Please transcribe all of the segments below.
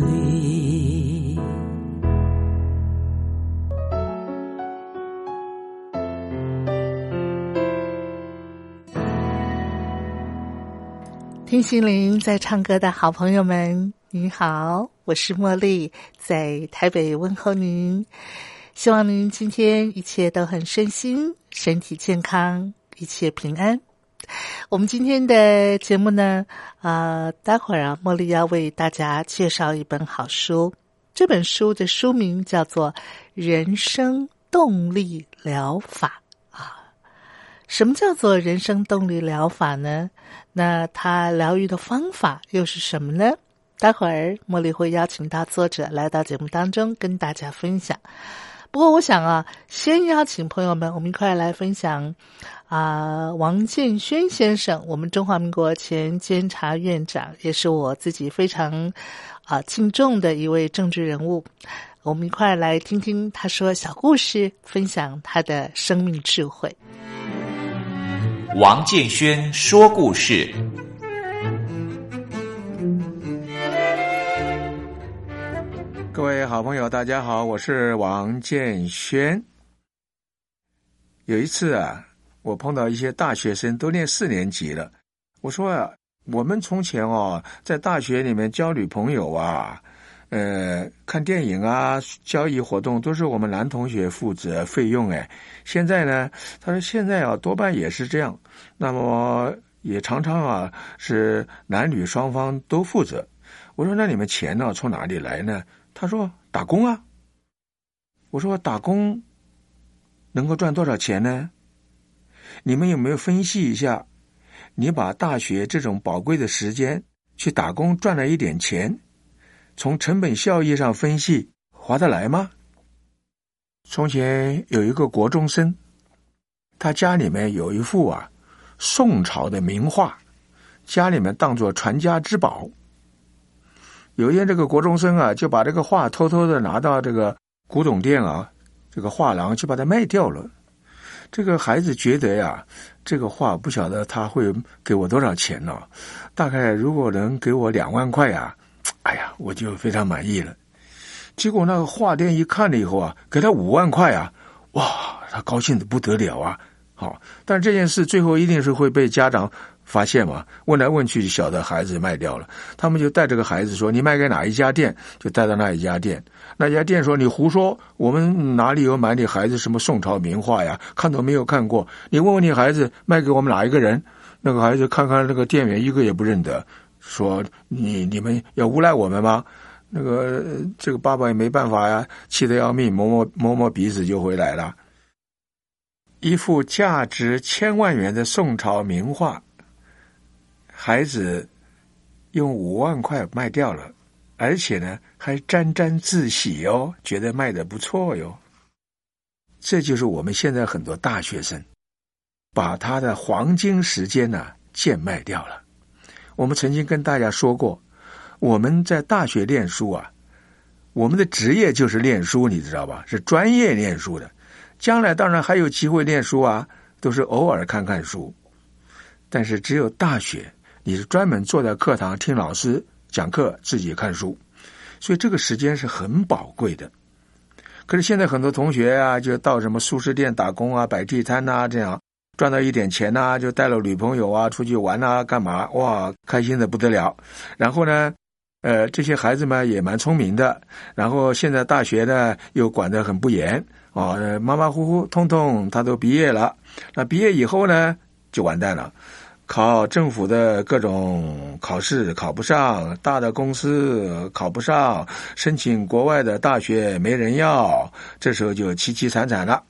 离。听心灵在唱歌的好朋友们，你好，我是茉莉，在台北问候您。希望您今天一切都很顺心，身体健康，一切平安。我们今天的节目呢，呃，待会儿啊，茉莉要为大家介绍一本好书。这本书的书名叫做《人生动力疗法》。啊什么叫做人生动力疗法呢？那它疗愈的方法又是什么呢？待会儿茉莉会邀请到作者来到节目当中跟大家分享。不过我想啊，先邀请朋友们，我们一块来分享啊、王建轩先生，我们中华民国前监察院长，也是我自己非常啊、敬重的一位政治人物。我们一块来听听他说小故事，分享他的生命智慧。王建轩说故事。各位好朋友，大家好，我是王建轩。有一次啊，我碰到一些大学生，都念四年级了。我说啊，我们从前哦，在大学里面交女朋友啊，呃，看电影啊，交易活动都是我们男同学负责费用哎。现在呢，他说现在啊，多半也是这样。那么也常常啊，是男女双方都负责。我说那你们钱呢、从哪里来呢？他说打工啊。我说打工能够赚多少钱呢？你们有没有分析一下？你把大学这种宝贵的时间去打工赚了一点钱，从成本效益上分析，划得来吗？从前有一个国中生，他家里面有一幅啊宋朝的名画，家里面当作传家之宝。有一天，这个国中生啊，就把这个画偷偷的拿到这个古董店啊，这个画廊去把它卖掉了。这个孩子觉得呀、这个画不晓得他会给我多少钱呢、大概如果能给我两万块啊，哎呀，我就非常满意了。结果那个画店一看了以后啊，给他五万块啊，哇，他高兴的不得了啊。好，但这件事最后一定是会被家长发现嘛？问来问去就晓得孩子卖掉了，他们就带这个孩子说：“你卖给哪一家店？”就带到那一家店。那家店说：“你胡说，我们哪里有买你孩子什么宋朝名画呀？看都没有看过。你问问你孩子卖给我们哪一个人？”那个孩子看看那个店员，一个也不认得，说：“你你们要诬赖我们吗？”那个呃这个爸爸也没办法呀，气得要命，摸摸摸摸鼻子就回来了。一幅价值千万元的宋朝名画，孩子用五万块卖掉了，而且呢还沾沾自喜哦，觉得卖的不错哟。这就是我们现在很多大学生把他的黄金时间呢、贱卖掉了。我们曾经跟大家说过，我们在大学念书啊，我们的职业就是念书，你知道吧？是专业念书的。将来当然还有机会念书啊，都是偶尔看看书。但是只有大学，你是专门坐在课堂听老师讲课，自己看书，所以这个时间是很宝贵的。可是现在很多同学啊，就到什么素食店打工啊、摆地摊呐、这样赚到一点钱呐、就带了女朋友啊出去玩啊，干嘛哇，开心的不得了。然后呢，呃，这些孩子们也蛮聪明的，然后现在大学呢又管得很不严啊、呃马马虎虎，通通他都毕业了。那毕业以后呢，就完蛋了。考政府的各种考试考不上，大的公司考不上，申请国外的大学没人要，这时候就凄凄惨惨了。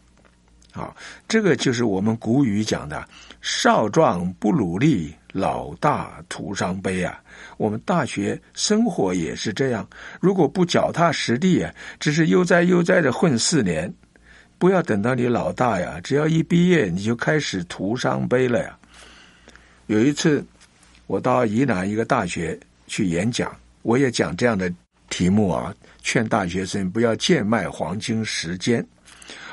啊，这个就是我们古语讲的“少壮不努力，老大徒伤悲”啊。我们大学生活也是这样，如果不脚踏实地啊，只是悠哉悠哉的混四年，不要等到你老大呀，只要一毕业你就开始徒伤悲了呀。有一次，我到宜兰一个大学去演讲，我也讲这样的题目啊，劝大学生不要贱卖黄金时间。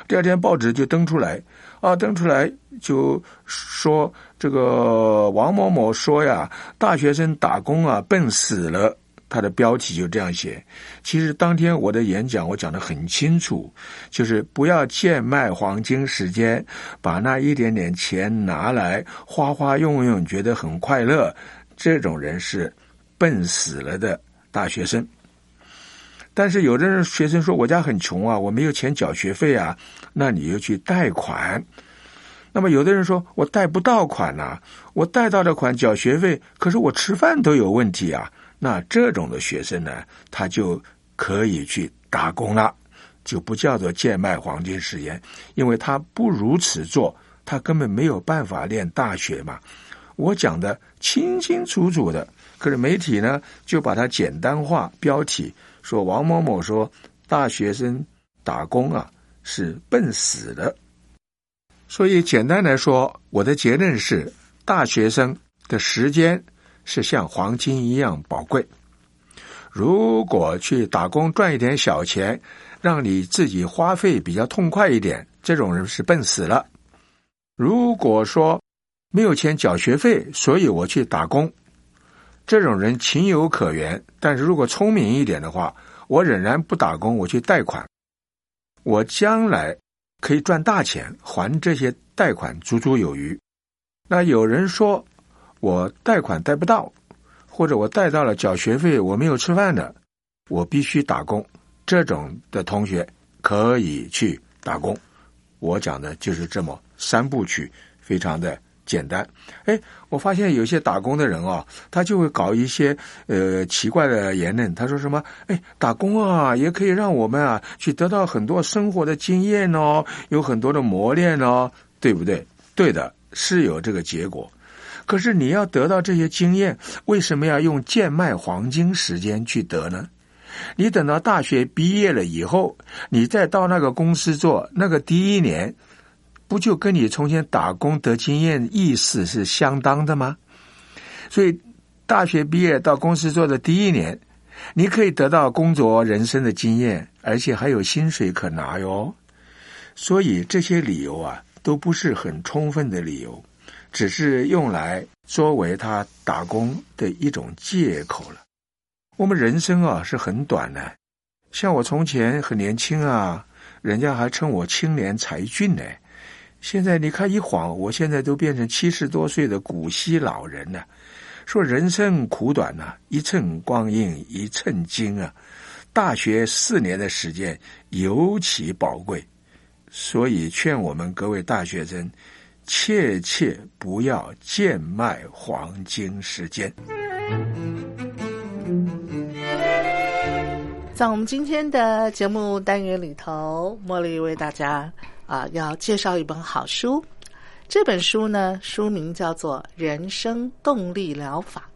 第二天报纸就登出来，啊，登出来就说这个王某某说呀，大学生打工啊，笨死了。他的标题就这样写。其实当天我的演讲我讲的很清楚，就是不要贱卖黄金时间，把那一点点钱拿来花花用用，觉得很快乐。这种人是笨死了的大学生。但是有的人学生说我家很穷啊，我没有钱缴学费啊，那你就去贷款。那么有的人说我贷不到款呐、我贷到的款缴学费，可是我吃饭都有问题啊。那这种的学生呢，他就可以去打工了，就不叫做贱卖黄金时间，因为他不如此做，他根本没有办法念大学嘛。我讲的清清楚楚的，可是媒体呢就把它简单化，标题说王某某说大学生打工啊是笨死的。所以简单来说，我的结论是，大学生的时间是像黄金一样宝贵。如果去打工赚一点小钱，让你自己花费比较痛快一点，这种人是笨死了。如果说没有钱缴学费，所以我去打工。这种人情有可原，但是如果聪明一点的话，我仍然不打工，我去贷款，我将来可以赚大钱，还这些贷款足足有余。那有人说我贷款贷不到，或者我贷到了缴学费，我没有吃饭的，我必须打工。这种的同学可以去打工。我讲的就是这么三部曲，非常的简单。哎，我发现有些打工的人啊，他就会搞一些呃奇怪的言论。他说什么？哎，打工啊，也可以让我们啊去得到很多生活的经验哦，有很多的磨练哦，对不对？对的，是有这个结果。可是你要得到这些经验，为什么要用贱卖黄金时间去得呢？你等到大学毕业了以后，你再到那个公司做，那个第一年不就跟你从前打工得经验意思是相当的吗？所以，大学毕业到公司做的第一年，你可以得到工作人生的经验，而且还有薪水可拿哟。所以这些理由啊，都不是很充分的理由，只是用来作为他打工的一种借口了。我们人生啊是很短的，像我从前很年轻啊，人家还称我青年才俊呢。现在你看一晃，我现在都变成七十多岁的古稀老人了。说人生苦短呐、一寸光阴一寸金啊。大学四年的时间尤其宝贵，所以劝我们各位大学生，切切不要贱卖黄金时间。在我们今天的节目单元里头，茉莉为大家啊、要介绍一本好书。这本书呢，书名叫做《人生动力疗法》。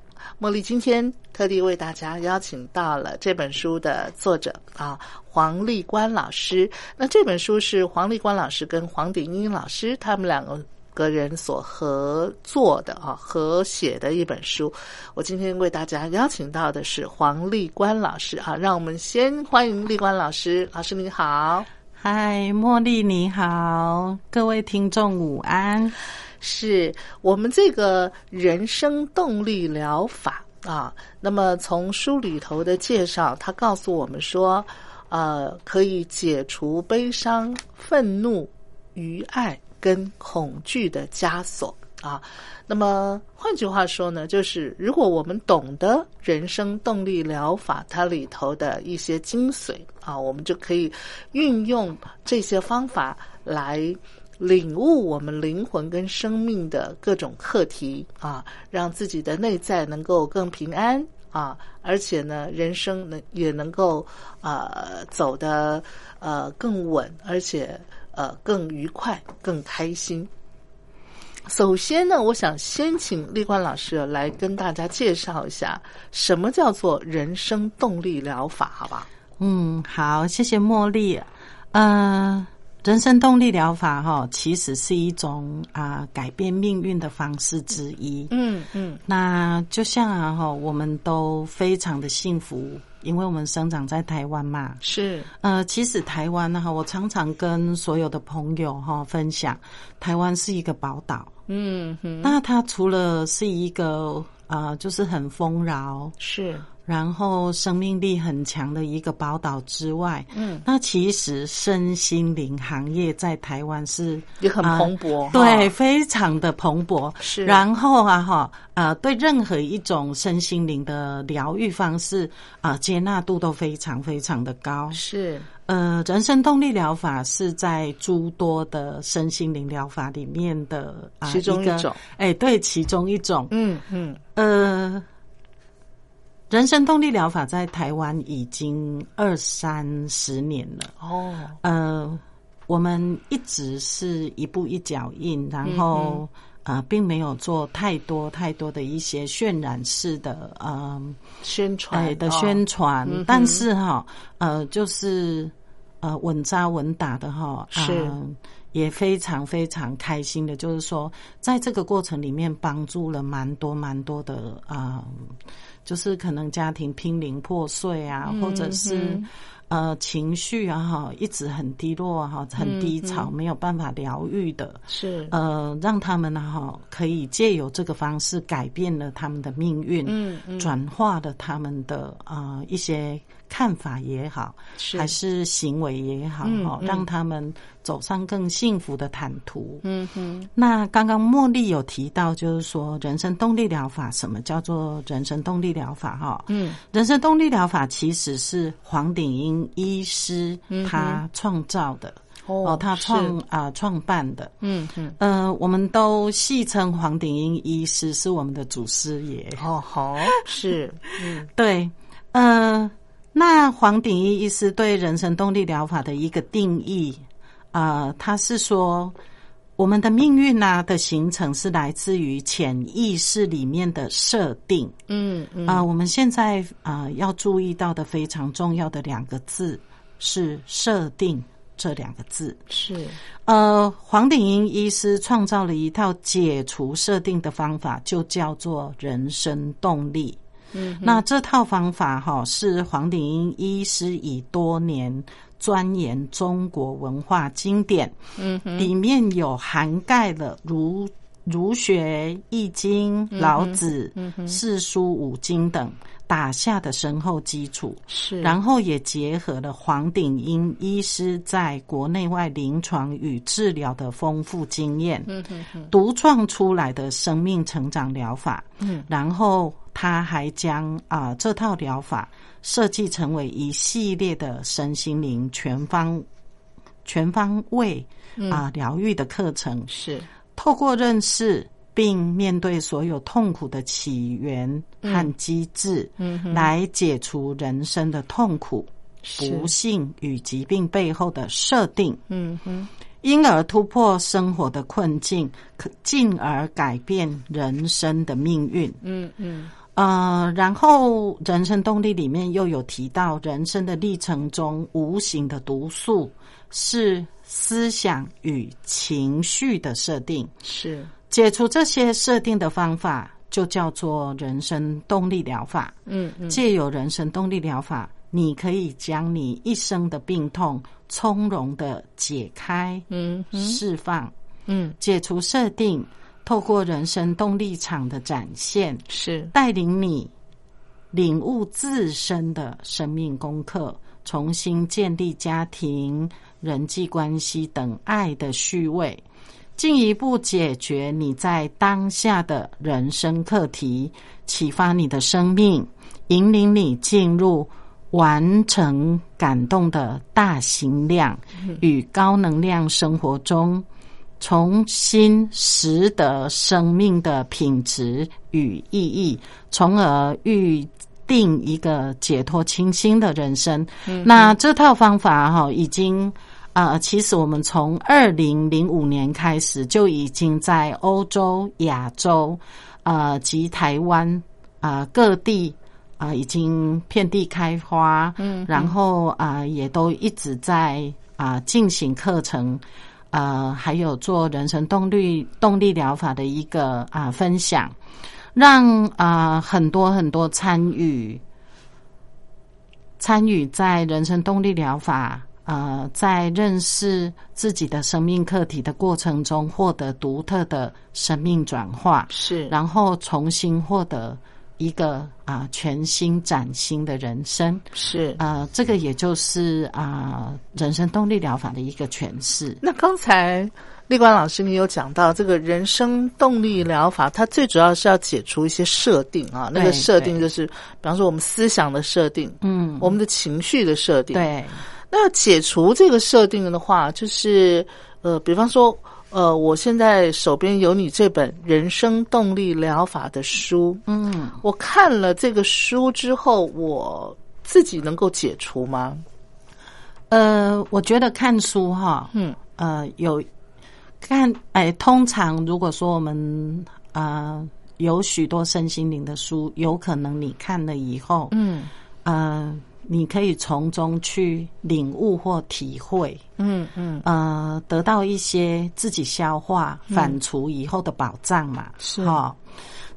茉莉今天特地为大家邀请到了这本书的作者啊，黄立官老师。那这本书是黄立官老师跟黄鼎英老师他们两个。个人所合作的啊，合写的一本书。我今天为大家邀请到的是黄立官老师啊，让我们先欢迎立官老师。老师您好，嗨，茉莉你好，各位听众午安。是我们这个人生动力疗法啊。那么从书里头的介绍，他告诉我们说，呃，可以解除悲伤、愤怒、余爱跟恐惧的枷锁啊。那么换句话说呢，就是如果我们懂得人生动力疗法它里头的一些精髓啊，我们就可以运用这些方法来领悟我们灵魂跟生命的各种课题啊，让自己的内在能够更平安啊，而且呢，人生能也能够呃走得呃更稳，而且呃更愉快、更开心。首先呢，我想先请立冠老师来跟大家介绍一下什么叫做人生动力疗法，好吧？嗯，好，谢谢茉莉。呃，人生动力疗法哈、其实是一种啊、改变命运的方式之一。嗯嗯那就像啊哈，我们都非常的幸福，因为我们生长在台湾嘛。是呃，其实台湾呢哈，我常常跟所有的朋友哈分享，台湾是一个宝岛。嗯哼那它除了是一个呃，就是很丰饶，是然后生命力很强的一个宝岛之外，嗯，那其实身心灵行业在台湾是也很啊蓬勃哈对，非常的蓬勃。是然后啊哈啊，对任何一种身心灵的疗愈方式啊，接纳度都非常非常的高。是呃，人生动力疗法是在诸多的身心灵疗法里面的啊其中一个种哎，对，其中一种。嗯嗯呃，人生动力疗法在台湾已经二三十年了。哦呃，我们一直是一步一脚印，然后啊、呃并没有做太多太多的一些渲染式的嗯、宣呃传哎的哦宣传，但是哈呃就是呃稳扎稳打的哈，呃是也非常非常开心的，就是说，在这个过程里面帮助了蛮多蛮多的啊、呃就是可能家庭濒临破碎啊，嗯或者是呃情绪啊哈，一直很低落啊哈，嗯很低潮，没有办法疗愈的，是呃，让他们呢哈可以借由这个方式改变了他们的命运，嗯嗯转化了他们的啊、呃一些看法也好，是还是行为也好嗯哈、嗯让他们走上更幸福的坦途。嗯哼那刚刚茉莉有提到，就是说人生动力疗法，什么叫做人生动力疗法？哈，嗯人生动力疗法其实是黄鼎英医师他创造的，哦，他嗯是创啊、创办的。嗯嗯呃，我们都戏称黄鼎英医师是我们的祖师爷。哦好 是对，呃，那黄鼎一医师对人生动力疗法的一个定义，呃，他是说，我们的命运呢、的形成是来自于潜意识里面的设定嗯嗯啊、我们现在啊、呃要注意到的非常重要的两个字是“设定”这两个字。嗯是呃，黄鼎英医师创造了一套解除设定的方法，就叫做人生动力。嗯，那这套方法哈、是黄鼎英医师以多年钻研中国文化经典，嗯，里面有涵盖了儒儒学、易经、老子、四书五经等打下的深厚基础。是然后也结合了黄鼎英医师在国内外临床与治疗的丰富经验，独创出来的生命成长疗法。嗯，然后他还将啊、这套疗法设计成为一系列的身心灵全方全方位啊、疗愈的课程，是透过认识并面对所有痛苦的起源和机制，嗯、来解除人生的痛苦、不幸与疾病背后的设定，嗯哼因而突破生活的困境，可进而改变人生的命运。嗯嗯呃，然后人生动力里面又有提到，人生的历程中无形的毒素是思想与情绪的设定。是解除这些设定的方法就叫做人生动力疗法。嗯嗯借由人生动力疗法，你可以将你一生的病痛从容的解开、嗯释放、嗯解除设定，透过人生动力场的展现，是带领你领悟自身的生命功课，重新建立家庭、人际关系等爱的序位，进一步解决你在当下的人生课题，启发你的生命，引领你进入。完成感动的大型量与高能量生活中，重新识得生命的品质与意义，从而预定一个解脱清新的人生。那这套方法哈、已经。啊、其实我们从二零零五年开始就已经在欧洲、亚洲，呃及台湾啊、各地啊、已经遍地开花，嗯，然后啊、也都一直在啊、进行课程，呃，还有做人生动力动力疗法的一个啊、分享，让啊、很多很多参与参与在人生动力疗法。呃，在认识自己的生命课题的过程中，获得独特的生命转化，是然后重新获得一个啊、全新崭新的人生。是。呃，这个也就是啊、人生动力疗法的一个诠释。那刚才立冠老师，你有讲到这个人生动力疗法，它最主要是要解除一些设定啊，那个对设定哎就对是，比方说我们思想的设定，嗯，我们的情绪的设定，对那解除这个设定的话，就是呃，比方说，呃，我现在手边有你这本《人生动力疗法》的书，嗯，我看了这个书之后，我自己能够解除吗？呃，我觉得看书哈，嗯，呃，有看哎，通常如果说我们呃有许多身心灵的书，有可能你看了以后，嗯呃，你可以从中去领悟或体会，嗯嗯，呃，得到一些自己消化、反刍以后的宝藏嘛。是哈、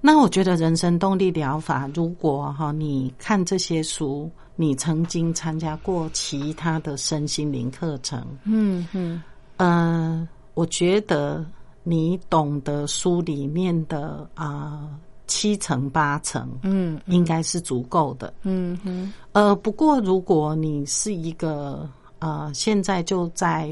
那我觉得人生动力疗法，如果哈、你看这些书，你曾经参加过其他的身心灵课程，嗯嗯，呃，我觉得你懂得书里面的啊、七成八成，嗯，应该是足够的。嗯嗯呃，不过如果你是一个呃，现在就在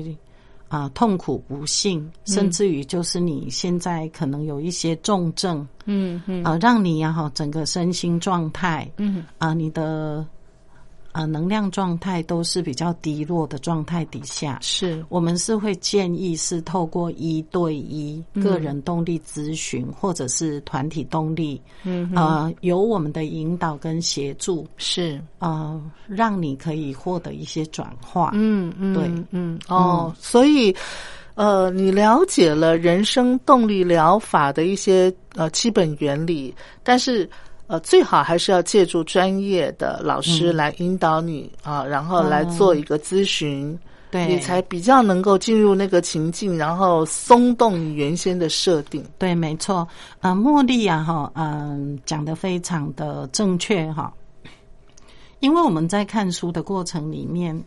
啊、呃痛苦不幸，嗯甚至于就是你现在可能有一些重症，嗯嗯啊、让你呀、哈整个身心状态，嗯啊、你的啊、呃能量状态都是比较低落的状态底下，是我们是会建议是透过一对一个人动力咨询，或者是团体动力，嗯，啊呃，有我们的引导跟协助，是，呃，让你可以获得一些转化。嗯嗯对嗯哦，所以。呃，你了解了人生动力疗法的一些呃基本原理，但是呃，最好还是要借助专业的老师来引导你啊、然后来做一个咨询，对，你才比较能够进入那个情境，然后松动你原先的设定。对，没错。呃，茉莉啊，哈，嗯、讲的非常的正确哈。因为我们在看书的过程里面，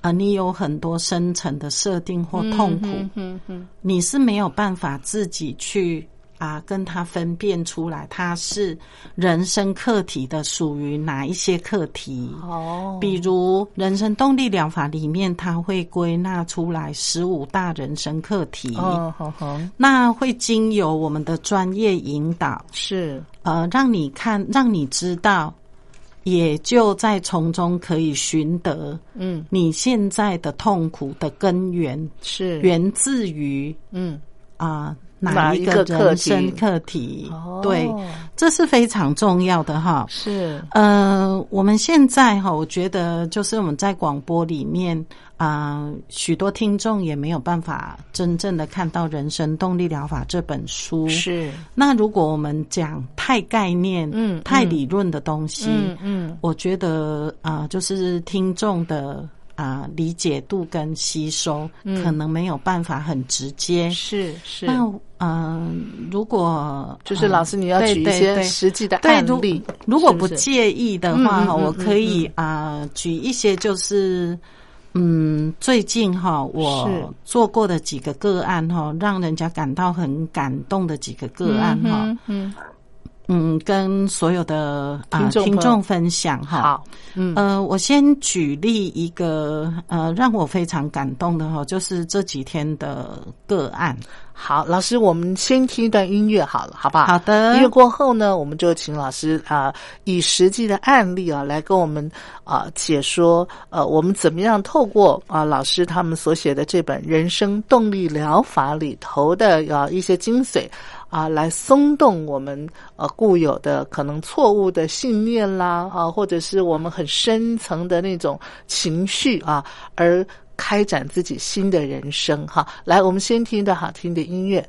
啊、你有很多深层的设定或痛苦，嗯嗯，你是没有办法自己去啊跟他分辨出来，它是人生课题的属于哪一些课题。哦，比如人生动力疗法里面，它会归纳出来十五大人生课题，哦，好好，那会经由我们的专业引导，是，呃，让你看，让你知道，也就在从中可以寻得嗯，你现在的痛苦的根源，是，源自于嗯，啊、哪哪一一个个课人题生课题？哦对，这是非常重要的哈。是，呃，我们现在哈，我觉得就是我们在广播里面啊、许多听众也没有办法真正的看到《人生动力疗法》这本书。是，那如果我们讲太概念、嗯太理论的东西，嗯嗯，我觉得啊、就是听众的啊、理解度跟吸收，可能没有办法很直接。嗯是是。那呃，如果就是老师，你要举一些实际的啊对，案如例，如果是不不是介意的话，嗯嗯嗯我可以啊、呃举一些就是。嗯，最近哈，是我做过的几个个案哈，让人家感到很感动的几个个案哈，嗯，嗯嗯，跟所有的啊、听众朋友听众分享哈。好，嗯呃，我先举例一个呃，让我非常感动的哈，就是这几天的个案。好，老师，我们先听一段音乐好了，好不好？好的音乐过后呢，我们就请老师啊、以实际的案例啊，来跟我们啊、解说呃，我们怎么样透过啊、老师他们所写的这本《人生动力疗法》里头的啊、一些精髓啊、来松动我们呃固有的可能错误的信念啦啊、或者是我们很深层的那种情绪啊，而开展自己新的人生哈。来，我们先听一段好听的音乐。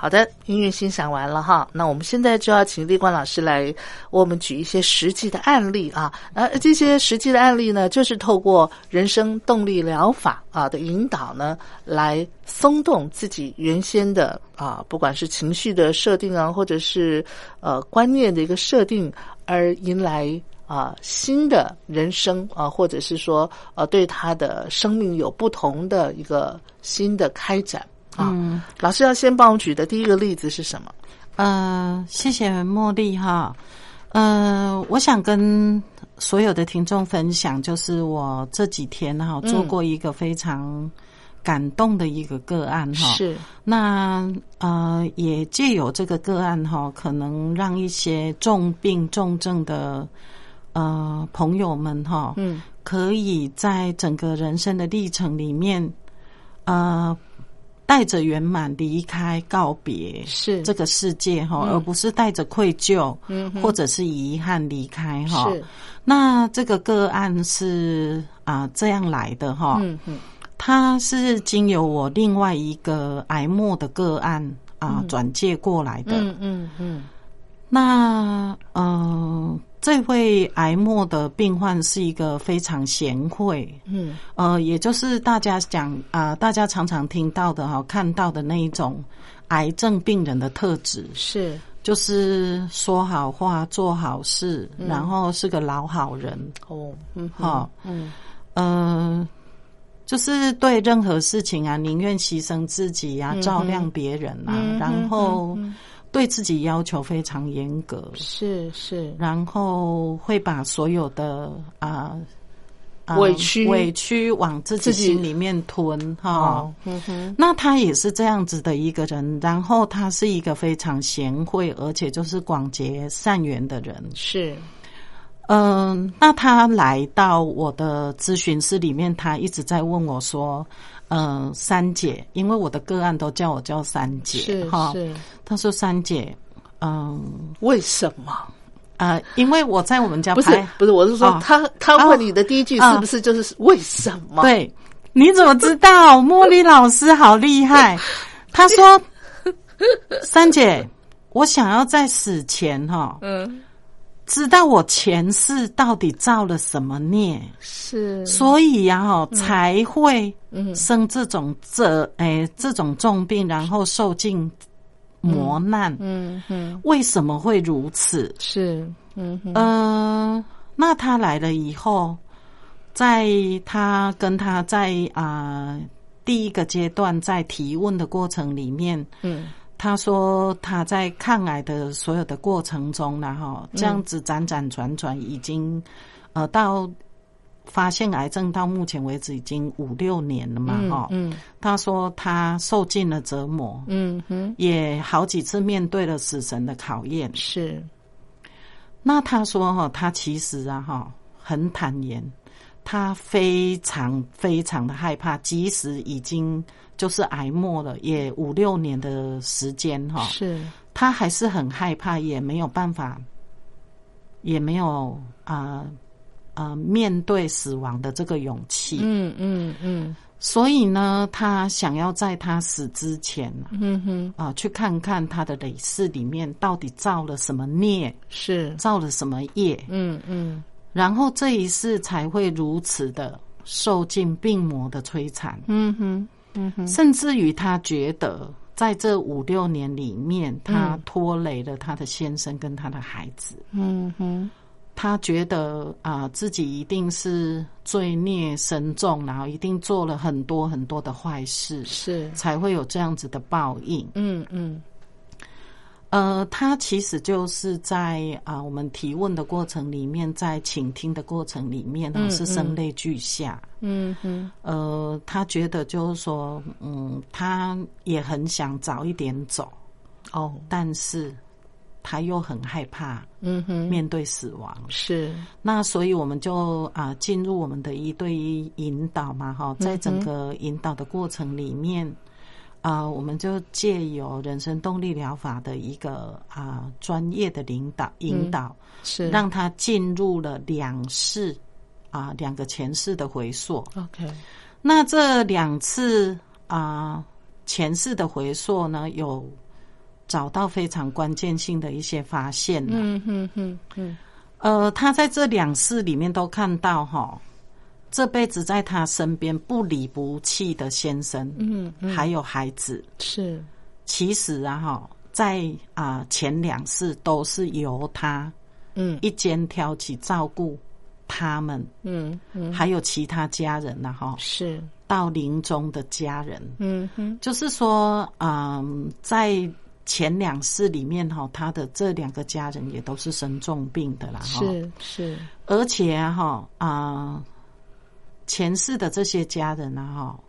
好的，音乐欣赏完了哈，那我们现在就要请立冠老师来为我们举一些实际的案例啊，呃，这些实际的案例呢，就是透过人生动力疗法啊的引导呢，来松动自己原先的啊，不管是情绪的设定啊，或者是呃观念的一个设定，而迎来。啊，新的人生啊，或者是说，呃、对他的生命有不同的一个新的开展。啊、老师要先帮我举的第一个例子是什么？呃，谢谢茉莉哈。呃，我想跟所有的听众分享，就是我这几天哈做过一个非常感动的一个个案哈。。那呃，也借由这个个案哈、可能让一些重病重症的呃朋友们哈、嗯，可以在整个人生的历程里面，呃，带着圆满离开告别是这个世界哈、嗯而不是带着愧疚，嗯，或者是遗憾离开哈、是，那这个个案是啊、这样来的哈、嗯嗯他是经由我另外一个癌末的个案啊、转介过来的。嗯嗯嗯，那呃，这位癌末的病患是一个非常贤惠，嗯，呃，也就是大家讲啊、大家常常听到的哈、看到的那一种癌症病人的特质，是就是说好话、做好事，然后是个老好人。哦，嗯哈，嗯，呃，就是对任何事情啊，宁愿牺牲自己嗯啊，照亮别人啊，然后对自己要求非常严格，是是，然后会把所有的啊。啊委屈委屈往自己自己心里面吞哈、哦，嗯哼，那他也是这样子的一个人，然后他是一个非常贤惠，而且就是广结善缘的人。是嗯，那他来到我的咨询室里面，他一直在问我说：“嗯，三姐，因为我的个案都叫我叫三姐是哈。是，”他说：“三姐，嗯为什么？呃，因为我在我们家不是拍，不是，我是说哦他他哦问你的第一句是不是就是为什么？，对，你怎么知道？茉莉老师好 厉害。他说：“三姐，我想要在死前哈、嗯，知道我前世到底造了什么孽。”是所以呀、嗯哦，才会生这种这嗯诶、这种重病，然后受尽磨难。嗯嗯为什么会如此？是嗯哼呃，那他来了以后，在他跟他在啊、第一个阶段在提问的过程里面，嗯他说他在抗癌的所有的过程中然后这样子辗辗转转，已经呃到发现癌症到目前为止已经五六年了嘛，哈、嗯他说他受尽了折磨，嗯哼也好几次面对了死神的考验。是那他说哈、他其实啊哈很坦言，他非常非常的害怕，即使已经就是癌末了，也五六年的时间哈、是他还是很害怕，也没有办法，也没有啊啊、呃面对死亡的这个勇气。嗯嗯嗯所以呢，他想要在他死之前啊、嗯哼啊去看看他的累世里面到底造了什么孽，是造了什么业，嗯嗯然后这一世才会如此的受尽病魔的摧残。嗯哼甚至于她觉得，在这五六年里面，她拖累了她的先生跟她的孩子。嗯哼她觉得啊、自己一定是罪孽深重，然后一定做了很多很多的坏事，是才会有这样子的报应。嗯嗯呃，她其实就是在啊、我们提问的过程里面，在倾听的过程里面，呢，是声泪俱下。嗯哼嗯呃，她觉得就是说，嗯，她也很想早一点走，哦但是他又很害怕嗯哼面对死亡，是那所以我们就啊进入我们的一对一引导嘛，哈，在整个引导的过程里面，啊、我们就借由人生动力疗法的一个啊专业的领导引导，是让他进入了两世啊两个前世的回溯， OK 那这两次啊、前世的回溯呢，有找到非常关键性的一些发现、嗯，嗯哼哼嗯呃，他在这两世里面都看到哈，这辈子在他身边不离不弃的先生，嗯还有孩子，是其实啊哈，在啊、前两世都是由他嗯一肩挑起照顾他们，嗯嗯，还有其他家人呐、哈，是，到临终的家人，嗯哼，就是说，嗯，在前两世里面哈，他的这两个家人也都是生重病的啦，哈，是是，而且啊哈啊、前世的这些家人啊哈，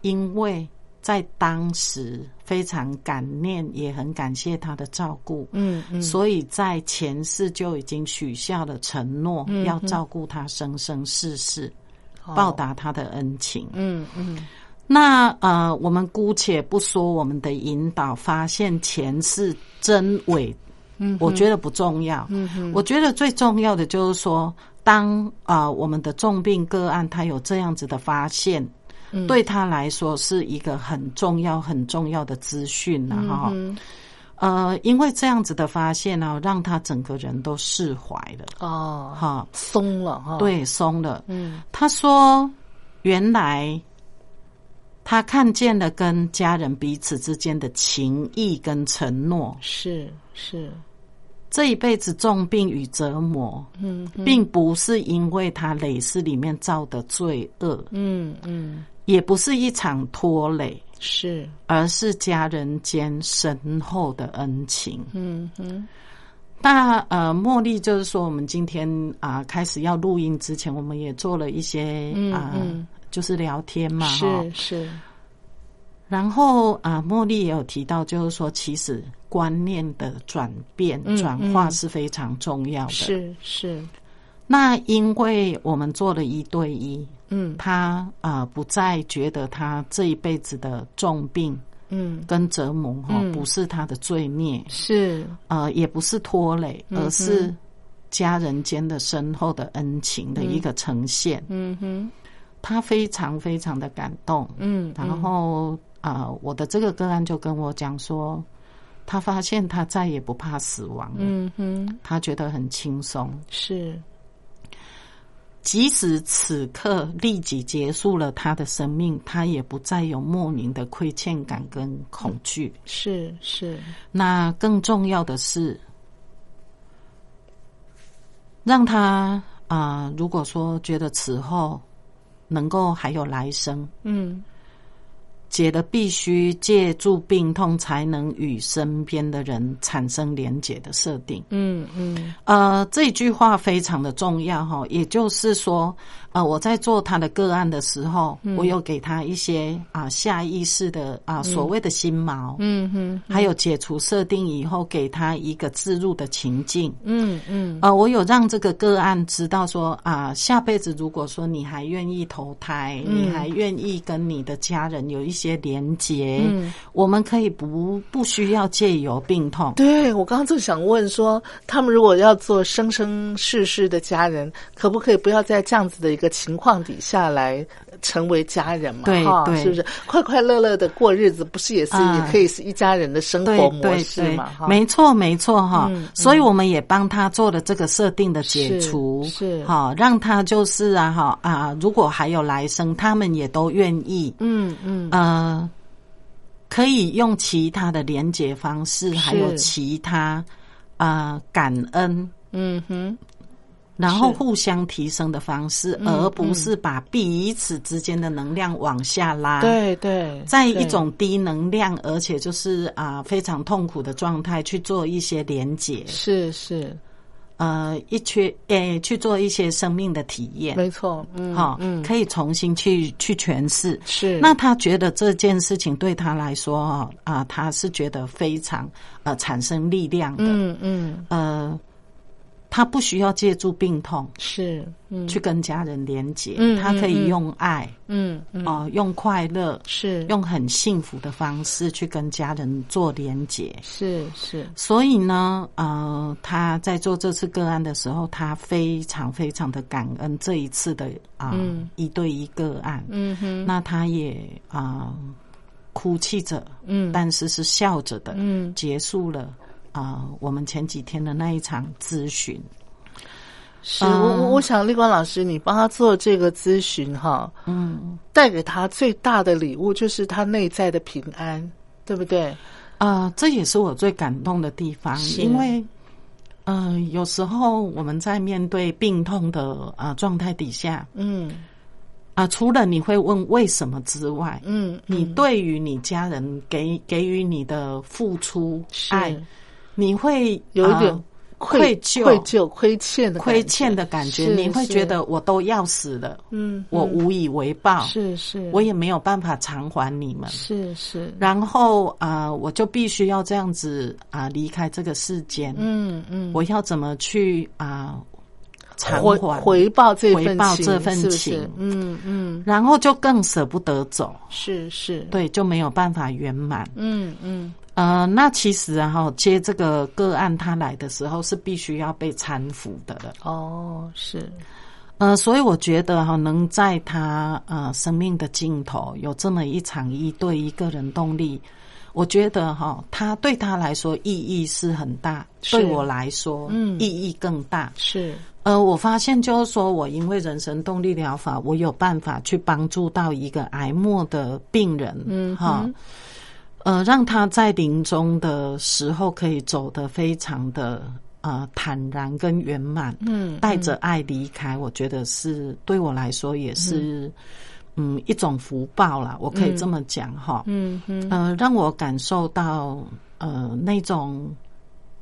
因为在当时非常感念，也很感谢他的照顾，嗯嗯，所以在前世就已经许下了承诺，要照顾他生生世世，报答他的恩情。嗯嗯那呃，我们姑且不说我们的引导发现前世真伪，嗯，我觉得不重要。嗯哼，我觉得最重要的就是说，当啊、呃我们的重病个案他有这样子的发现，嗯对他来说是一个很重要、很重要的资讯了哈。嗯呃，因为这样子的发现呢、让他整个人都释怀了哦，哈，松了哈，，对，松了。嗯他说，原来他看见了跟家人彼此之间的情谊跟承诺，是是，这一辈子重病与折磨，嗯嗯并不是因为他累世里面造的罪恶，嗯嗯也不是一场拖累，是，而是家人间深厚的恩情。嗯哼那呃，茉莉就是说，我们今天啊、开始要录音之前，我们也做了一些嗯啊、嗯就是聊天嘛，哈是是，然后啊、茉莉也有提到，就是说，其实观念的转变、嗯转化是非常重要的。是是，那因为我们做了一对一，嗯他啊、不再觉得他这一辈子的重病嗯跟折磨哈、嗯不是他的罪孽，是，呃，也不是拖累，嗯哼而是家人间的深厚的恩情的一个呈现。嗯哼他非常非常的感动，嗯，然后啊、呃我的这个个案就跟我讲说，他发现他再也不怕死亡了，嗯哼他觉得很轻松。是，即使此刻立即结束了他的生命，他也不再有莫名的亏欠感跟恐惧。是是，那更重要的是，让他啊、呃如果说觉得此后能够还有来生，嗯解的必须借助病痛才能与身边的人产生连结的设定。嗯嗯呃，这句话非常的重要哈，也就是说，呃，我在做他的个案的时候，嗯我有给他一些啊、下意识的啊、所谓的心锚，嗯哼还有解除设定以后给他一个自入的情境。嗯嗯呃，我有让这个个案知道说啊、下辈子如果说你还愿意投胎，嗯你还愿意跟你的家人有一些连结，嗯我们可以不不需要借由病痛。对，我刚刚就想问说，他们如果要做生生世世的家人，可不可以不要在这样子的一个情况底下来成为家人嘛？对哈对是不是快快乐乐的过日子，不是也是、啊也可以是一家人的生对活模对式对嘛？哈，没错没错哈、嗯所以我们也帮他做了这个设定的解是除，是好、让他就是啊哈啊，如果还有来生，他们也都愿意，嗯嗯呃，可以用其他的连接方式，还有是其他呃感恩。嗯哼，然后是嗯互相提升的方式，而不是把彼此之间的能量往下拉。对对，在一对种低能量，而且就是啊、非常痛苦的状态去做一些连接，是是呃，一缺诶、去做一些生命的体验，没错，嗯哈、嗯可以重新去去诠释。是那他觉得这件事情对他来说啊、他是觉得非常呃产生力量的，嗯嗯呃，他不需要借助病痛是嗯去跟家人连接，嗯他可嗯嗯以用爱嗯嗯哦、用快乐，是用很幸福的方式去跟家人做连接。是是所以呢，呃，他在做这次个案的时候，他非常非常的感恩这一次的啊、嗯一对一个案。嗯哼那他也啊、哭泣着，嗯但是是笑着的，嗯结束了啊、我们前几天的那一场咨询。是我啊我我想，立光老师，你帮他做这个咨询哈，嗯带给他最大的礼物就是他内在的平安，对不对？啊啊、这也是我最感动的地方，是因为呃，有时候我们在面对病痛的啊、呃状态底下嗯啊、除了你会问为什么之外，嗯，你对于你家人给给予你的付出是爱，你会有一呃点愧疚愧疚、亏欠的感觉亏欠的感觉，是你会是觉得我都要死了，嗯，我嗯无以为报，是是，我也没有办法偿还你们。是是，然后啊、呃我就必须要这样子啊、离开这个世间。嗯嗯，我要怎么去啊、偿回还？回报这份回报情这份是不是情嗯嗯，然后就更舍不得走，是是，，对，就没有办法圆满。嗯嗯，呃，那其实啊哈、接这个个案他来的时候是必须要被搀扶的了。哦，是，呃，所以我觉得哈、能在他呃生命的尽头有这么一场一对一个人动力，我觉得哈、他对他来说意义是很大，是对我来说，嗯意义更大。是，呃，我发现就是说我因为人神动力疗法，我有办法去帮助到一个癌末的病人，嗯哈，呃，让他在临终的时候可以走得非常的呃坦然跟圆满，嗯，带着爱离开，我觉得是对我来说也是嗯一种福报啦，我可以这么讲哈，嗯嗯，呃，让我感受到呃那种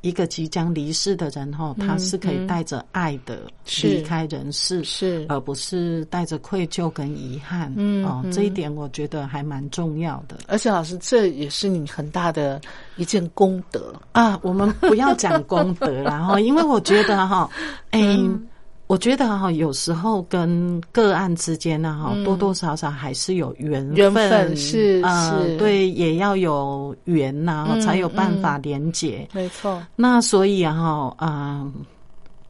一个即将离世的人哈，他是可以带着爱的嗯是离开人世，是而不是带着愧疚跟遗憾。嗯哦，这一点我觉得还蛮重要的而且老师，这也是你很大的一件功德。啊。我们不要讲功德啦， 然后因为我觉得哈，哎、嗯我觉得哈，有时候跟个案之间呢，哈，多多少少还是有缘嗯缘分是呃是对，也要有缘呐、嗯才有办法连结。没错，那所以啊哈、啊、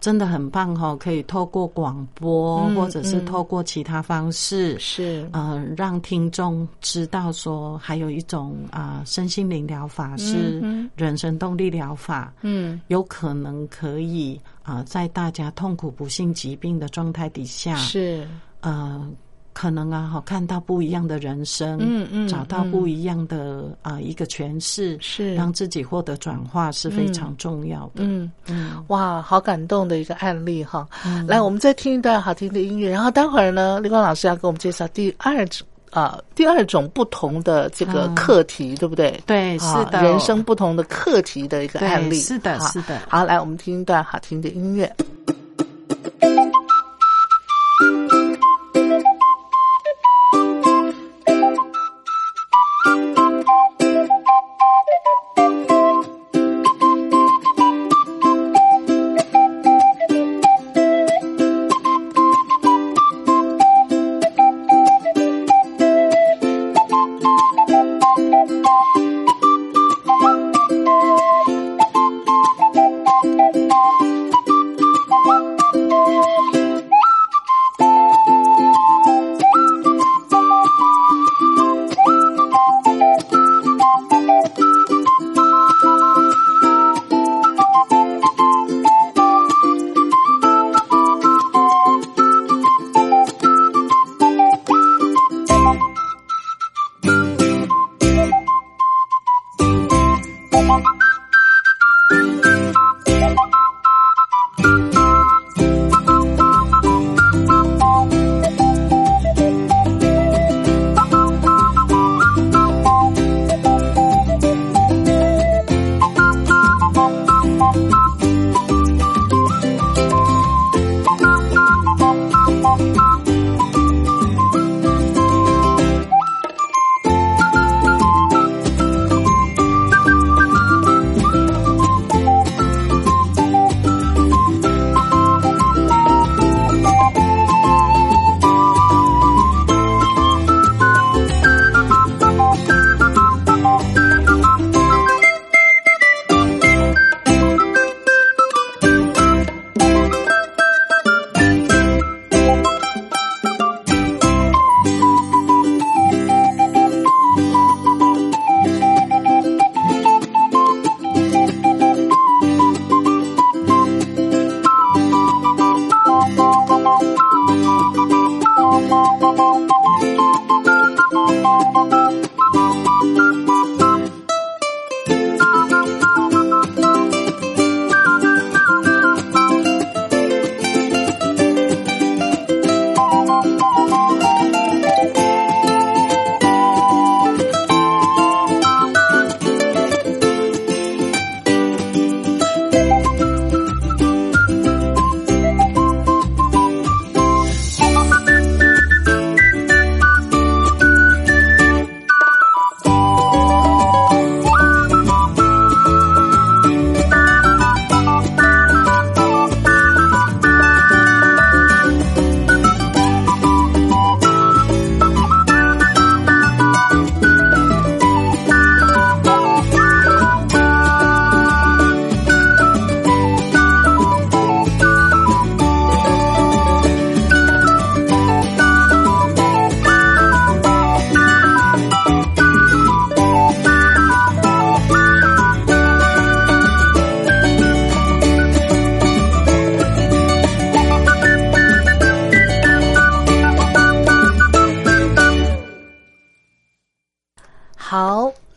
真的很棒哈、可以透过广播、嗯或者是透过其他方式，是呃，让听众知道说，还有一种啊、身心灵疗法是人生动力疗法，嗯，有可能可以啊、在大家痛苦不幸疾病的状态底下，是，呃。可能啊，哈，看到不一样的人生，嗯嗯找到不一样的啊、一个诠释，是让自己获得转化是非常重要的。嗯哇，好感动的一个案例哈！嗯来，我们再听一段好听的音乐，然后待会儿呢，李光老师要给我们介绍第二种啊、第二种不同的这个课题，对不对？对，啊啊哎是的，人生不同的课题的一个对案例，是的好是的好，来，我们听一段好听的音乐。 Thank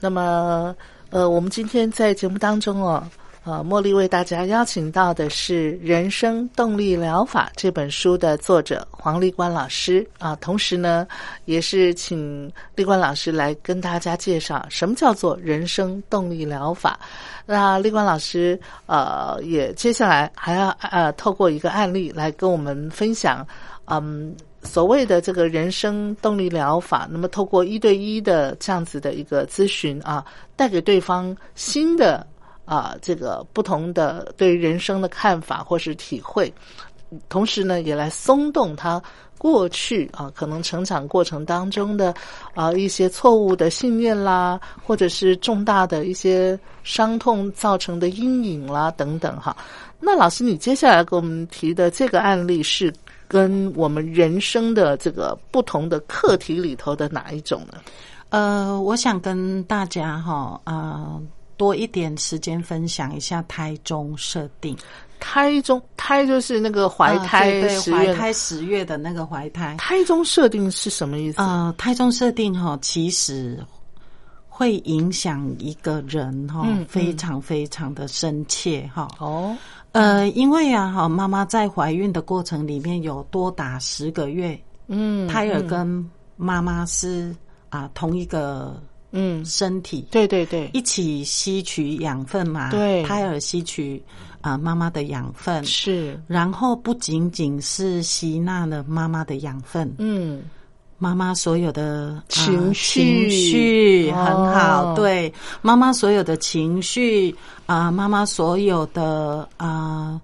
那么，呃，我们今天在节目当中哦，呃，茉莉为大家邀请到的是《人生动力疗法》这本书的作者黄立官老师啊，同时呢，也是请立官老师来跟大家介绍什么叫做人生动力疗法。那立官老师呃，也接下来还要呃，透过一个案例来跟我们分享，嗯。所谓的这个人生动力疗法，那么透过一对一的这样子的一个咨询啊，带给对方新的啊这个不同的对人生的看法或是体会，同时呢也来松动他过去啊可能成长过程当中的啊一些错误的信念啦，或者是重大的一些伤痛造成的阴影啦等等哈。那老师，你接下来给我们提的这个案例是跟我们人生的这个不同的课题里头的哪一种呢？呃，我想跟大家哈啊、呃多一点时间分享一下胎中设定，胎中胎就是那个怀呃胎对对十怀月，胎十月的那个怀胎。胎中设定是什么意思？呃，胎中设定哈、其实会影响一个人哈、嗯嗯非常非常的深切哈、哦，呃，因为啊哈，妈妈在怀孕的过程里面有多达十个月，嗯，胎儿跟妈妈是啊、同一个嗯，身体，对对对，一起吸取养分嘛，对胎儿吸取啊、妈妈的养分，是，然后不仅仅是吸纳了妈妈的养分，嗯，妈妈所有的、啊情绪情绪很好，哦对妈妈所有的情绪啊、妈妈所有的啊、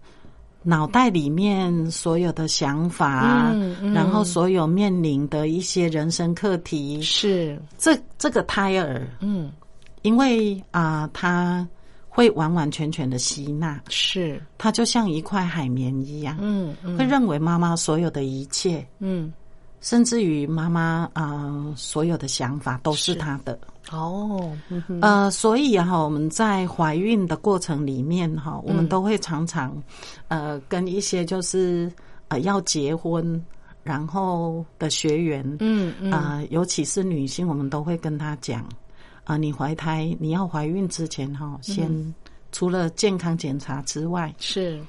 脑袋里面所有的想法，嗯嗯然后所有面临的一些人生课题，是，这这个胎儿，嗯，因为啊、他会完完全全的吸纳，是，他就像一块海绵一样，嗯嗯会认为妈妈所有的一切，嗯，甚至于妈妈啊、呃所有的想法都是她的。哦，嗯哼呃，所以哈、我们在怀孕的过程里面哈、嗯我们都会常常呃跟一些就是呃要结婚然后的学员，嗯嗯啊、尤其是女性，我们都会跟她讲啊、你怀胎你要怀孕之前哈、先、除了健康检查之外，是，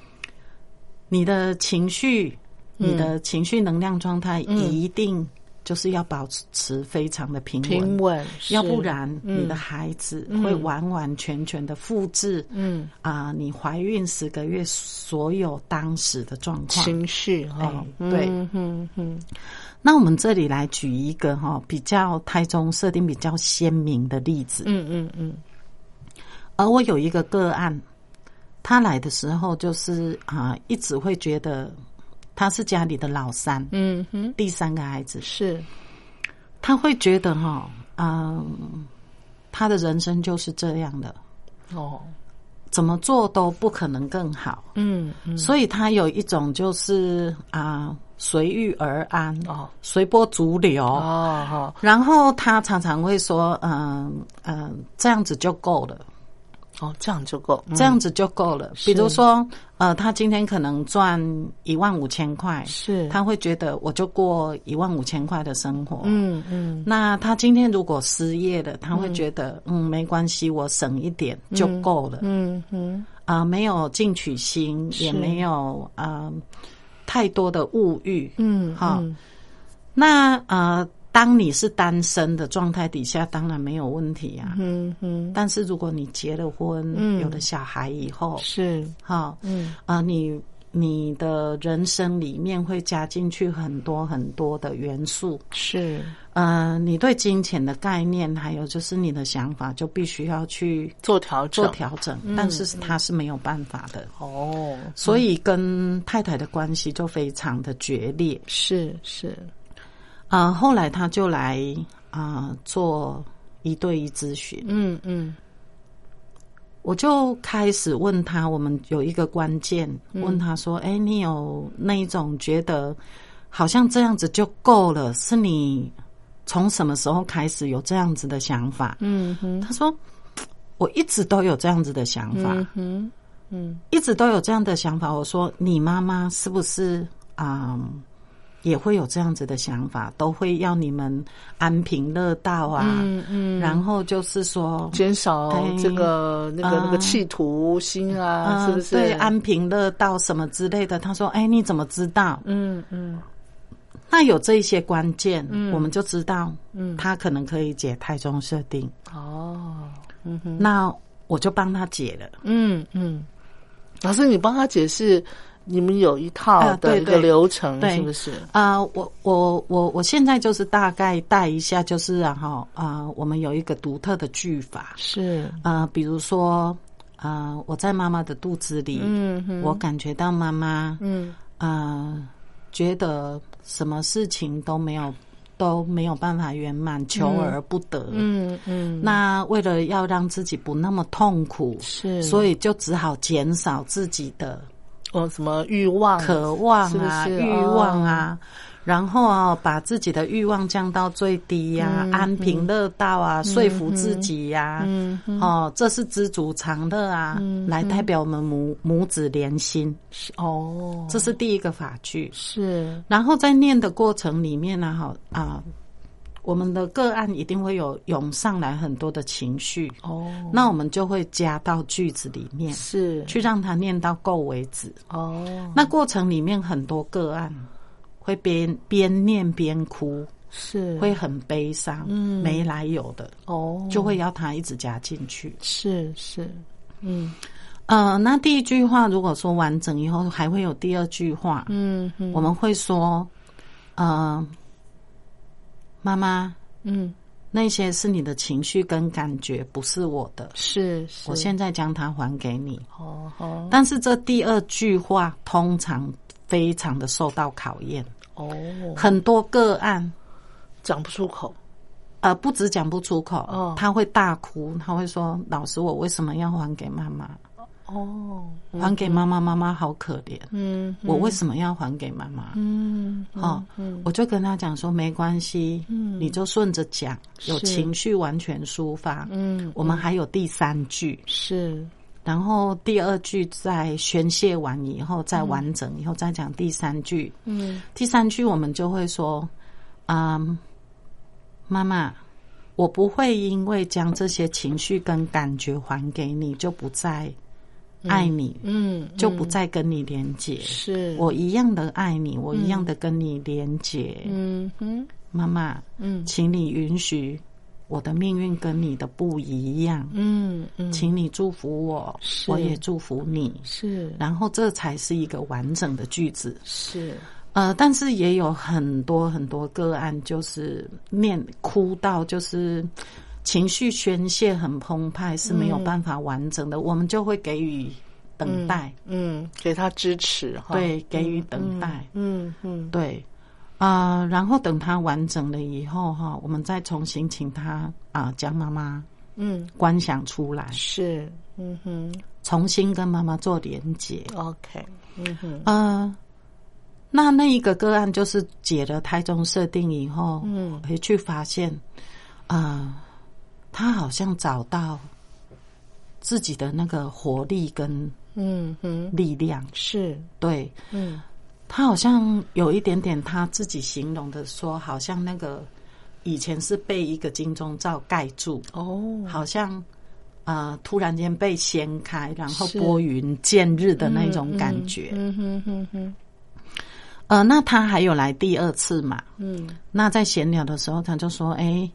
你的情绪，你的情绪能量状态一定就是要保持非常的平稳，嗯平稳，要是不，然你的孩子会完完全全的复制嗯，啊、你怀孕十个月所有当时的状况。情绪哈哎，对嗯哼哼，那我们这里来举一个哈、比较胎中设定比较鲜明的例子，嗯嗯嗯，而我有一个个案，他来的时候就是啊、一直会觉得他是家里的老三，嗯哼，第三个孩子，是，他会觉得哈，嗯，他的人生就是这样的，哦，怎么做都不可能更好，嗯嗯，所以他有一种就是啊、随遇而安，哦随波逐流。哦哈，然后他常常会说，嗯嗯、这样子就够了，哦，这样就够，嗯这样子就够了。比如说，呃，他今天可能赚一万五千块，是，他会觉得我就过一万五千块的生活，嗯嗯，那他今天如果失业了，他会觉得嗯没关系，我省一点就够了啊、啊嗯嗯，没有进取心，也没有啊、呃太多的物欲。嗯，好嗯那呃，当你是单身的状态底下，当然没有问题啊。嗯嗯，但是如果你结了婚，嗯有了小孩以后，是，哈嗯啊、你你的人生里面会加进去很多很多的元素。是，呃，你对金钱的概念，还有就是你的想法，就必须要去做调整，做调整，但是他是没有办法的，嗯哦，所以跟太太的关系就非常的决裂。是是，啊、后来他就来啊、做一对一咨询，嗯嗯我就开始问他，我们有一个关键，嗯问他说：“哎、你有那一种觉得好像这样子就够了？是你从什么时候开始有这样子的想法？”嗯哼，他说：“我一直都有这样子的想法，嗯哼，一直都有这样的想法。”我说：“你妈妈是不是啊、嗯也会有这样子的想法，都会要你们安贫乐道啊，嗯嗯然后就是说减少对这个那个那个嗯企图心啊，嗯，是不是？对安平乐道什么之类的？他说：“哎，你怎么知道？嗯嗯那有这一些关键，我们就知道，嗯，他可能可以解太宗设定。哦，那我就帮他解了。嗯嗯，老师，你帮他解释，你们有一套啊的对一个对流程，对是不是？啊、我我我我现在就是大概带一下，就是然后啊，我们有一个独特的句法，是，啊，比如说啊，我在妈妈的肚子里，嗯哼我感觉到妈妈，嗯呃，觉得什么事情都没有都没有办法圆满，求而不得。嗯嗯，那为了要让自己不那么痛苦，是，所以就只好减少自己的哦，什么欲望渴望是不啊、是哦欲望啊。然后啊，把自己的欲望降到最低呀、安贫乐道啊，说服自己呀、嗯哦，这是知足常乐啊，来代表我们母母子连心，是哦，这是第一个法句。是然后在念的过程里面呢，哈啊，我们的个案一定会有涌上来很多的情绪，哦那我们就会加到句子里面，是去让它念到够为止。哦那过程里面很多个案会边边念边哭，是会很悲伤，嗯没来由的，哦就会要他一直加进去。是是嗯呃，那第一句话如果说完整以后，还会有第二句话，嗯嗯我们会说，呃，妈妈，嗯那些是你的情绪跟感觉，不是我的，是是，我现在将它还给你。哦哦但是这第二句话通常非常的受到考验，哦，很多个案，讲不出口呃，不止讲不出口，哦他会大哭，他会说：“老师，我为什么要还给妈妈？哦，还给妈妈，妈妈好可怜。嗯我为什么要还给妈妈？嗯哦，我就跟他讲说没关系，你就顺着讲，有是情绪完全抒发。嗯我们还有第三句，是然后第二句在宣泄完以后，再完整以后再讲第三句。嗯第三句我们就会说，嗯，妈妈。我不会因为将这些情绪跟感觉还给你，就不再爱你，嗯就不再跟你连接。是我一样的爱你，我一样的跟你连接。嗯哼妈妈，嗯请你允许我的命运跟你的不一样，嗯嗯请你祝福我，是我也祝福你。是然后这才是一个完整的句子。是呃，但是也有很多很多个案，就是念哭到就是。情绪宣泄很澎湃是没有办法完整的，我们就会给予等待，嗯给他支持哈对，给予等待。嗯嗯对，啊、然后等他完整了以后哈，我们再重新请他啊、将妈妈嗯观想出来，是嗯哼重新跟妈妈做连接。 OK 嗯哼呃，那那一个个案就是解了胎中设定以后，嗯回去发现，啊、他好像找到自己的那个活力跟嗯哼力量，是对，嗯他好像有一点点他自己形容的说，好像那个以前是被一个金钟罩盖住，哦好像呃突然间被掀开，然后是拨云见日的那种感觉。嗯哼哼哼呃，那他还有来第二次嘛？嗯那在闲聊的时候，他就说：“哎、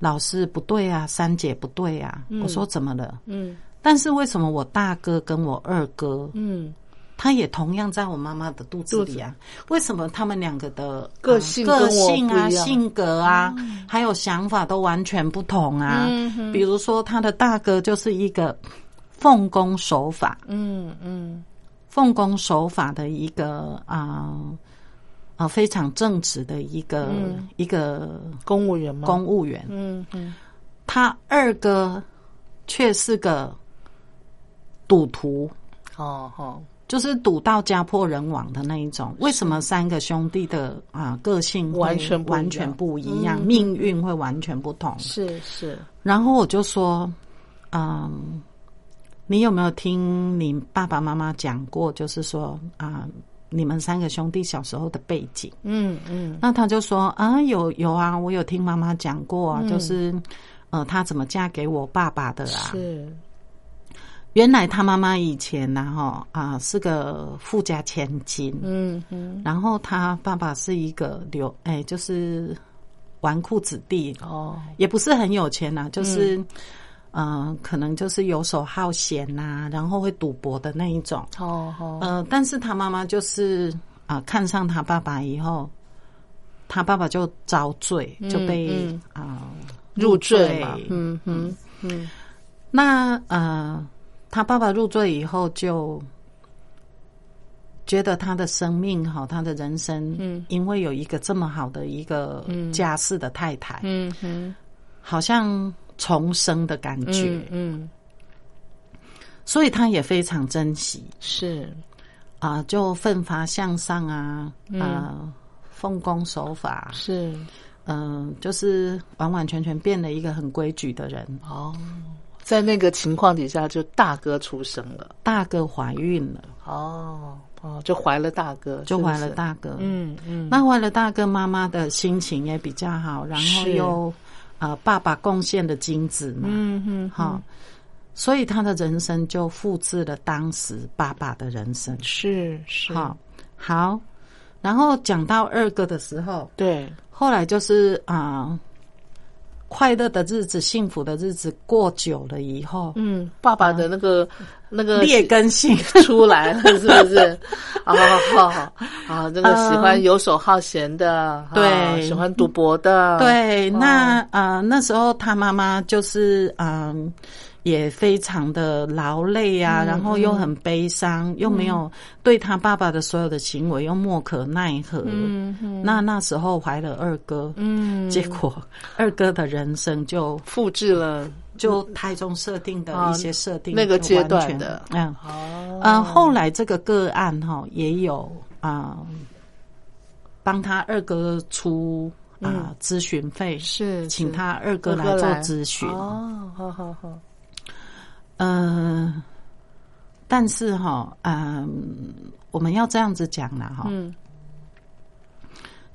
老师不对啊，三姐不对啊。我说：“怎么了？”嗯但是为什么我大哥跟我二哥，嗯他也同样在我妈妈的肚子里啊。为什么他们两个的个呃性跟我个性啊、不一样嗯性格啊，还有想法都完全不同啊？比如说，他的大哥就是一个奉公守法，嗯嗯奉公守法的一个啊啊、呃非常正直的一个、嗯一个公务员吗公务员。嗯嗯他二哥却是个赌徒，哦哦就是赌到家破人亡的那一种。为什么三个兄弟的啊、个性会完全不一样嗯完全不一样，命运会完全不同？是是然后我就说，嗯，你有没有听你爸爸妈妈讲过，就是说啊、你们三个兄弟小时候的背景。嗯嗯那他就说啊，有有啊，我有听妈妈讲过嗯啊，就是呃，她怎么嫁给我爸爸的啊？是原来她妈妈以前然后啊是个富家千金，嗯嗯然后她爸爸是一个流哎，就是纨绔子弟，哦嗯也不是很有钱呐、啊就是。呃，可能就是游手好闲呐、然后会赌博的那一种。哦哦呃，但是他妈妈就是啊、看上他爸爸以后，他爸爸就遭罪，就被嗯啊、入赘赘嘛嗯嗯嗯那呃，他爸爸入赘以后就。觉得他的生命哈，他的人生，嗯因为有一个这么好的一个嗯家世的太太，嗯嗯好像重生的感觉，嗯嗯所以他也非常珍惜是啊、就奋发向上啊，嗯啊、奉公守法，是嗯、就是完完全全变了一个很规矩的人。哦，在那个情况底下，就大哥出生了大哥怀孕了，哦哦，就怀了大哥，就是不怀了是大哥。嗯嗯那怀了大哥，妈妈的心情也比较好，然后是又啊、呃爸爸贡献的精子嘛，嗯嗯好、所以他的人生就复制了当时爸爸的人生。是是好，好，然后讲到二哥的时候，对后来就是啊、快乐的日子、幸福的日子过久了以后，嗯，爸爸的那个那个劣根性 出来了，是不是？哦，好好好，那个喜欢游手好闲的，啊对喜欢赌博的，，对，哦那呃那时候他妈妈就是嗯、也非常的劳累啊，嗯然后又很悲伤，又没有对他爸爸的所有的行为又莫可奈何。嗯那那时候怀了二哥，嗯， 结果二哥的人生就复制了，就台中设定的一些设定、啊嗯那个就完阶段全的嗯哦，呃，后来这个个案哈、也有啊、帮他二哥出啊、嗯咨询费，是请他二哥哥来做咨询。哦，好好好，嗯，但是哈、嗯、我们要这样子讲啦哈、嗯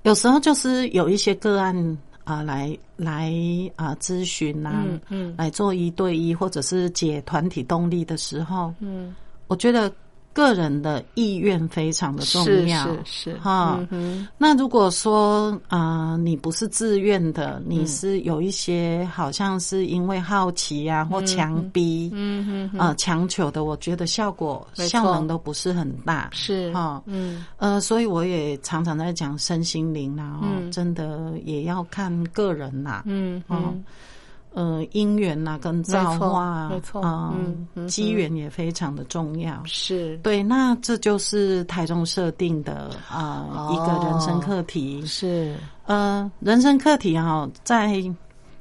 有时候就是有一些个案啊、来来啊、咨询啊，嗯嗯来做一对一或者是解团体动力的时候，嗯，我觉得个人的意愿非常的重是要。是是，哈嗯哼那如果说啊、呃你不是自愿嗯的，你是有一些好像是因为好奇啊或强逼，嗯哼，啊强求的，我觉得效果没错效能都不是很大。是哈嗯呃，所以我也常常在讲身心灵啦、哦，真的也要看个人啦、嗯哦嗯，呃，姻缘呐、跟造化啊，没错没错啊嗯嗯机缘也非常的重要。是对，那这就是台中设定的啊、呃哦一个人生课题。是，呃，人生课题哈、在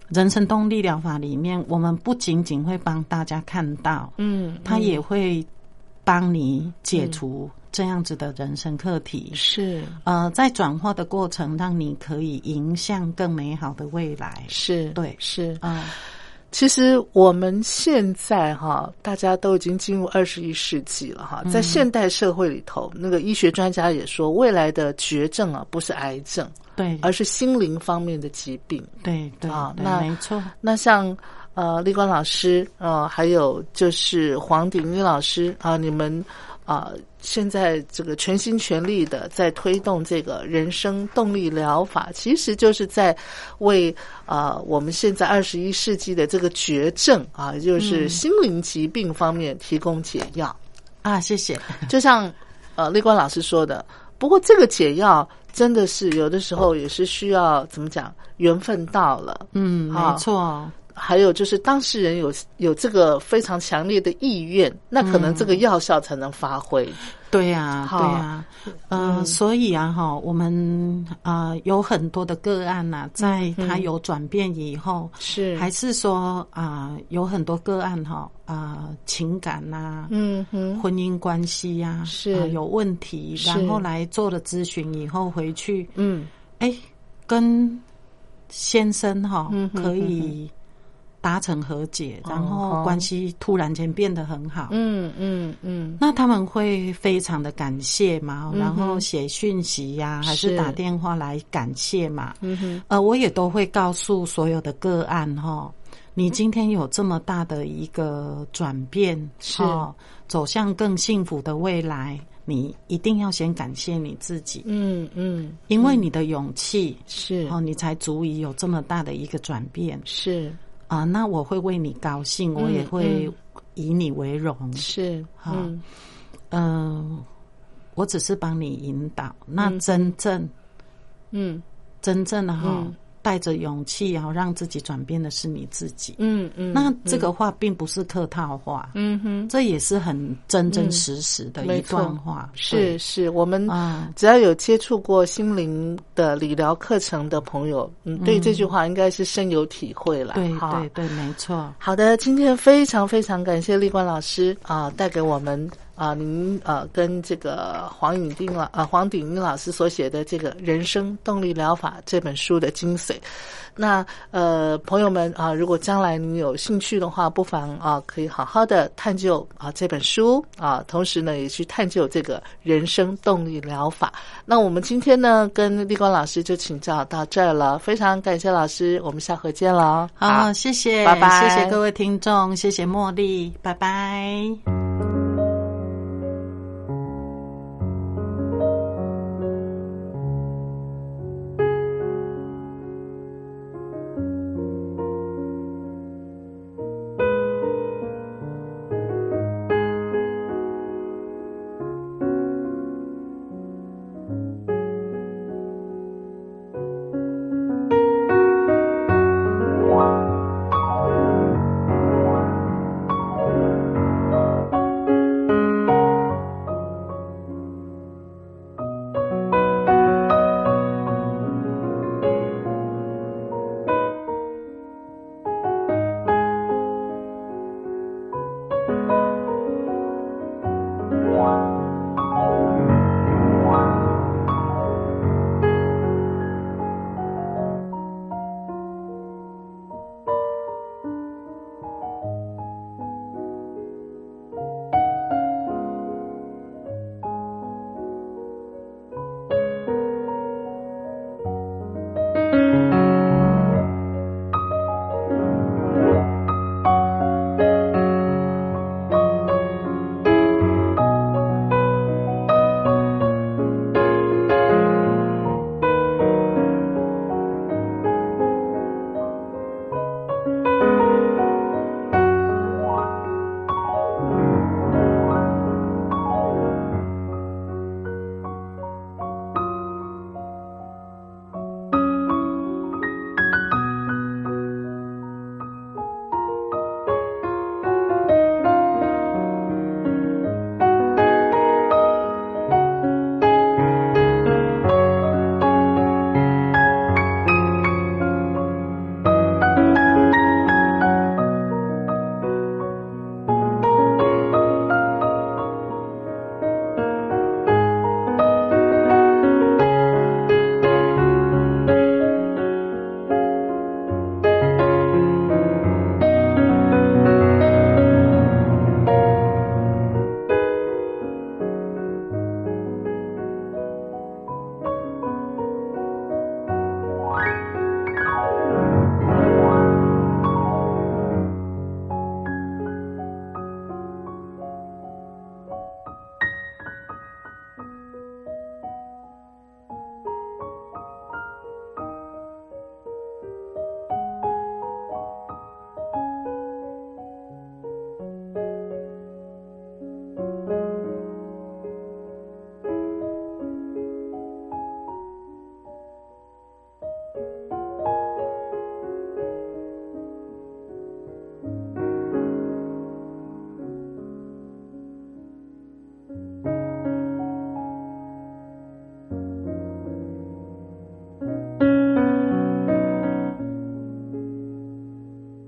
人生动力疗法里面，我们不仅仅会帮大家看到，嗯，它嗯也会帮你解除这样子的人生课题。是呃，在转化的过程，让你可以迎向更美好的未来。是，对是啊、其实我们现在哈，大家都已经进入二十一世纪了哈，在现代社会里头，那个医学专家也说，未来的绝症啊，不是癌症，对，而是心灵方面的疾病。对对啊对，那没错，那像呃立光老师，呃，还有就是黄鼎玉老师啊、你们啊、现在这个全心全力的在推动这个人生动力疗法，其实就是在为呃我们现在二十一世纪的这个绝症啊，也就是心灵疾病方面提供解药。啊，谢谢。就像呃立光老师说的，不过这个解药真的是有的时候也是需要怎么讲，缘分到了。嗯，好没错，还有就是当事人有有这个非常强烈的意愿，那可能这个药效才能发挥。对呀、好对呀、嗯、所以啊，哈，我们啊、呃有很多的个案呐、在他有转变以后，是还是说啊、有很多个案哈啊、情感呐、嗯哼，婚姻关系呀、是啊有问题，是然后来做了咨询以后回去，嗯，哎，跟先生哈、可以。达成和解，然嗯哦后关系突然间变得很好。嗯嗯嗯，那他们会非常的感谢嘛，嗯哼然后写讯息呀、还是是打电话来感谢嘛？嗯哼，呃，我也都会告诉所有的个案哈、你今天有这么大的一个转变，是哦走向更幸福的未来，你一定要先感谢你自己，嗯嗯，因为你的勇气，是哦，你才足以有这么大的一个转变是啊、那我会为你高兴，我也嗯会嗯以你为荣。是，好嗯嗯，我只是帮你引导。那真正、嗯真正的哈、嗯带着勇气然后让自己转变的是你自己。嗯嗯，那这个话并不是客套话，嗯哼，嗯这也是很真真实实的没一错段话。是对是，我们啊，只要有接触过心灵的理疗课程的朋友，嗯，对这句话应该是深有体会了。对哈对对，没错。好的，今天非常非常感谢立冠老师啊、带给我们啊、您呃跟这个黄颖定老啊、黄鼎英老师所写的这个《人生动力疗法》这本书的精髓。那呃，朋友们啊、如果将来您有兴趣的话，不妨啊、可以好好的探究啊、这本书啊、同时呢也去探究这个人生动力疗法。那我们今天呢跟立冠老师就请教到这儿了，非常感谢老师，我们下回见喽。好，谢谢，拜拜谢谢各位听众，谢谢茉莉，拜拜。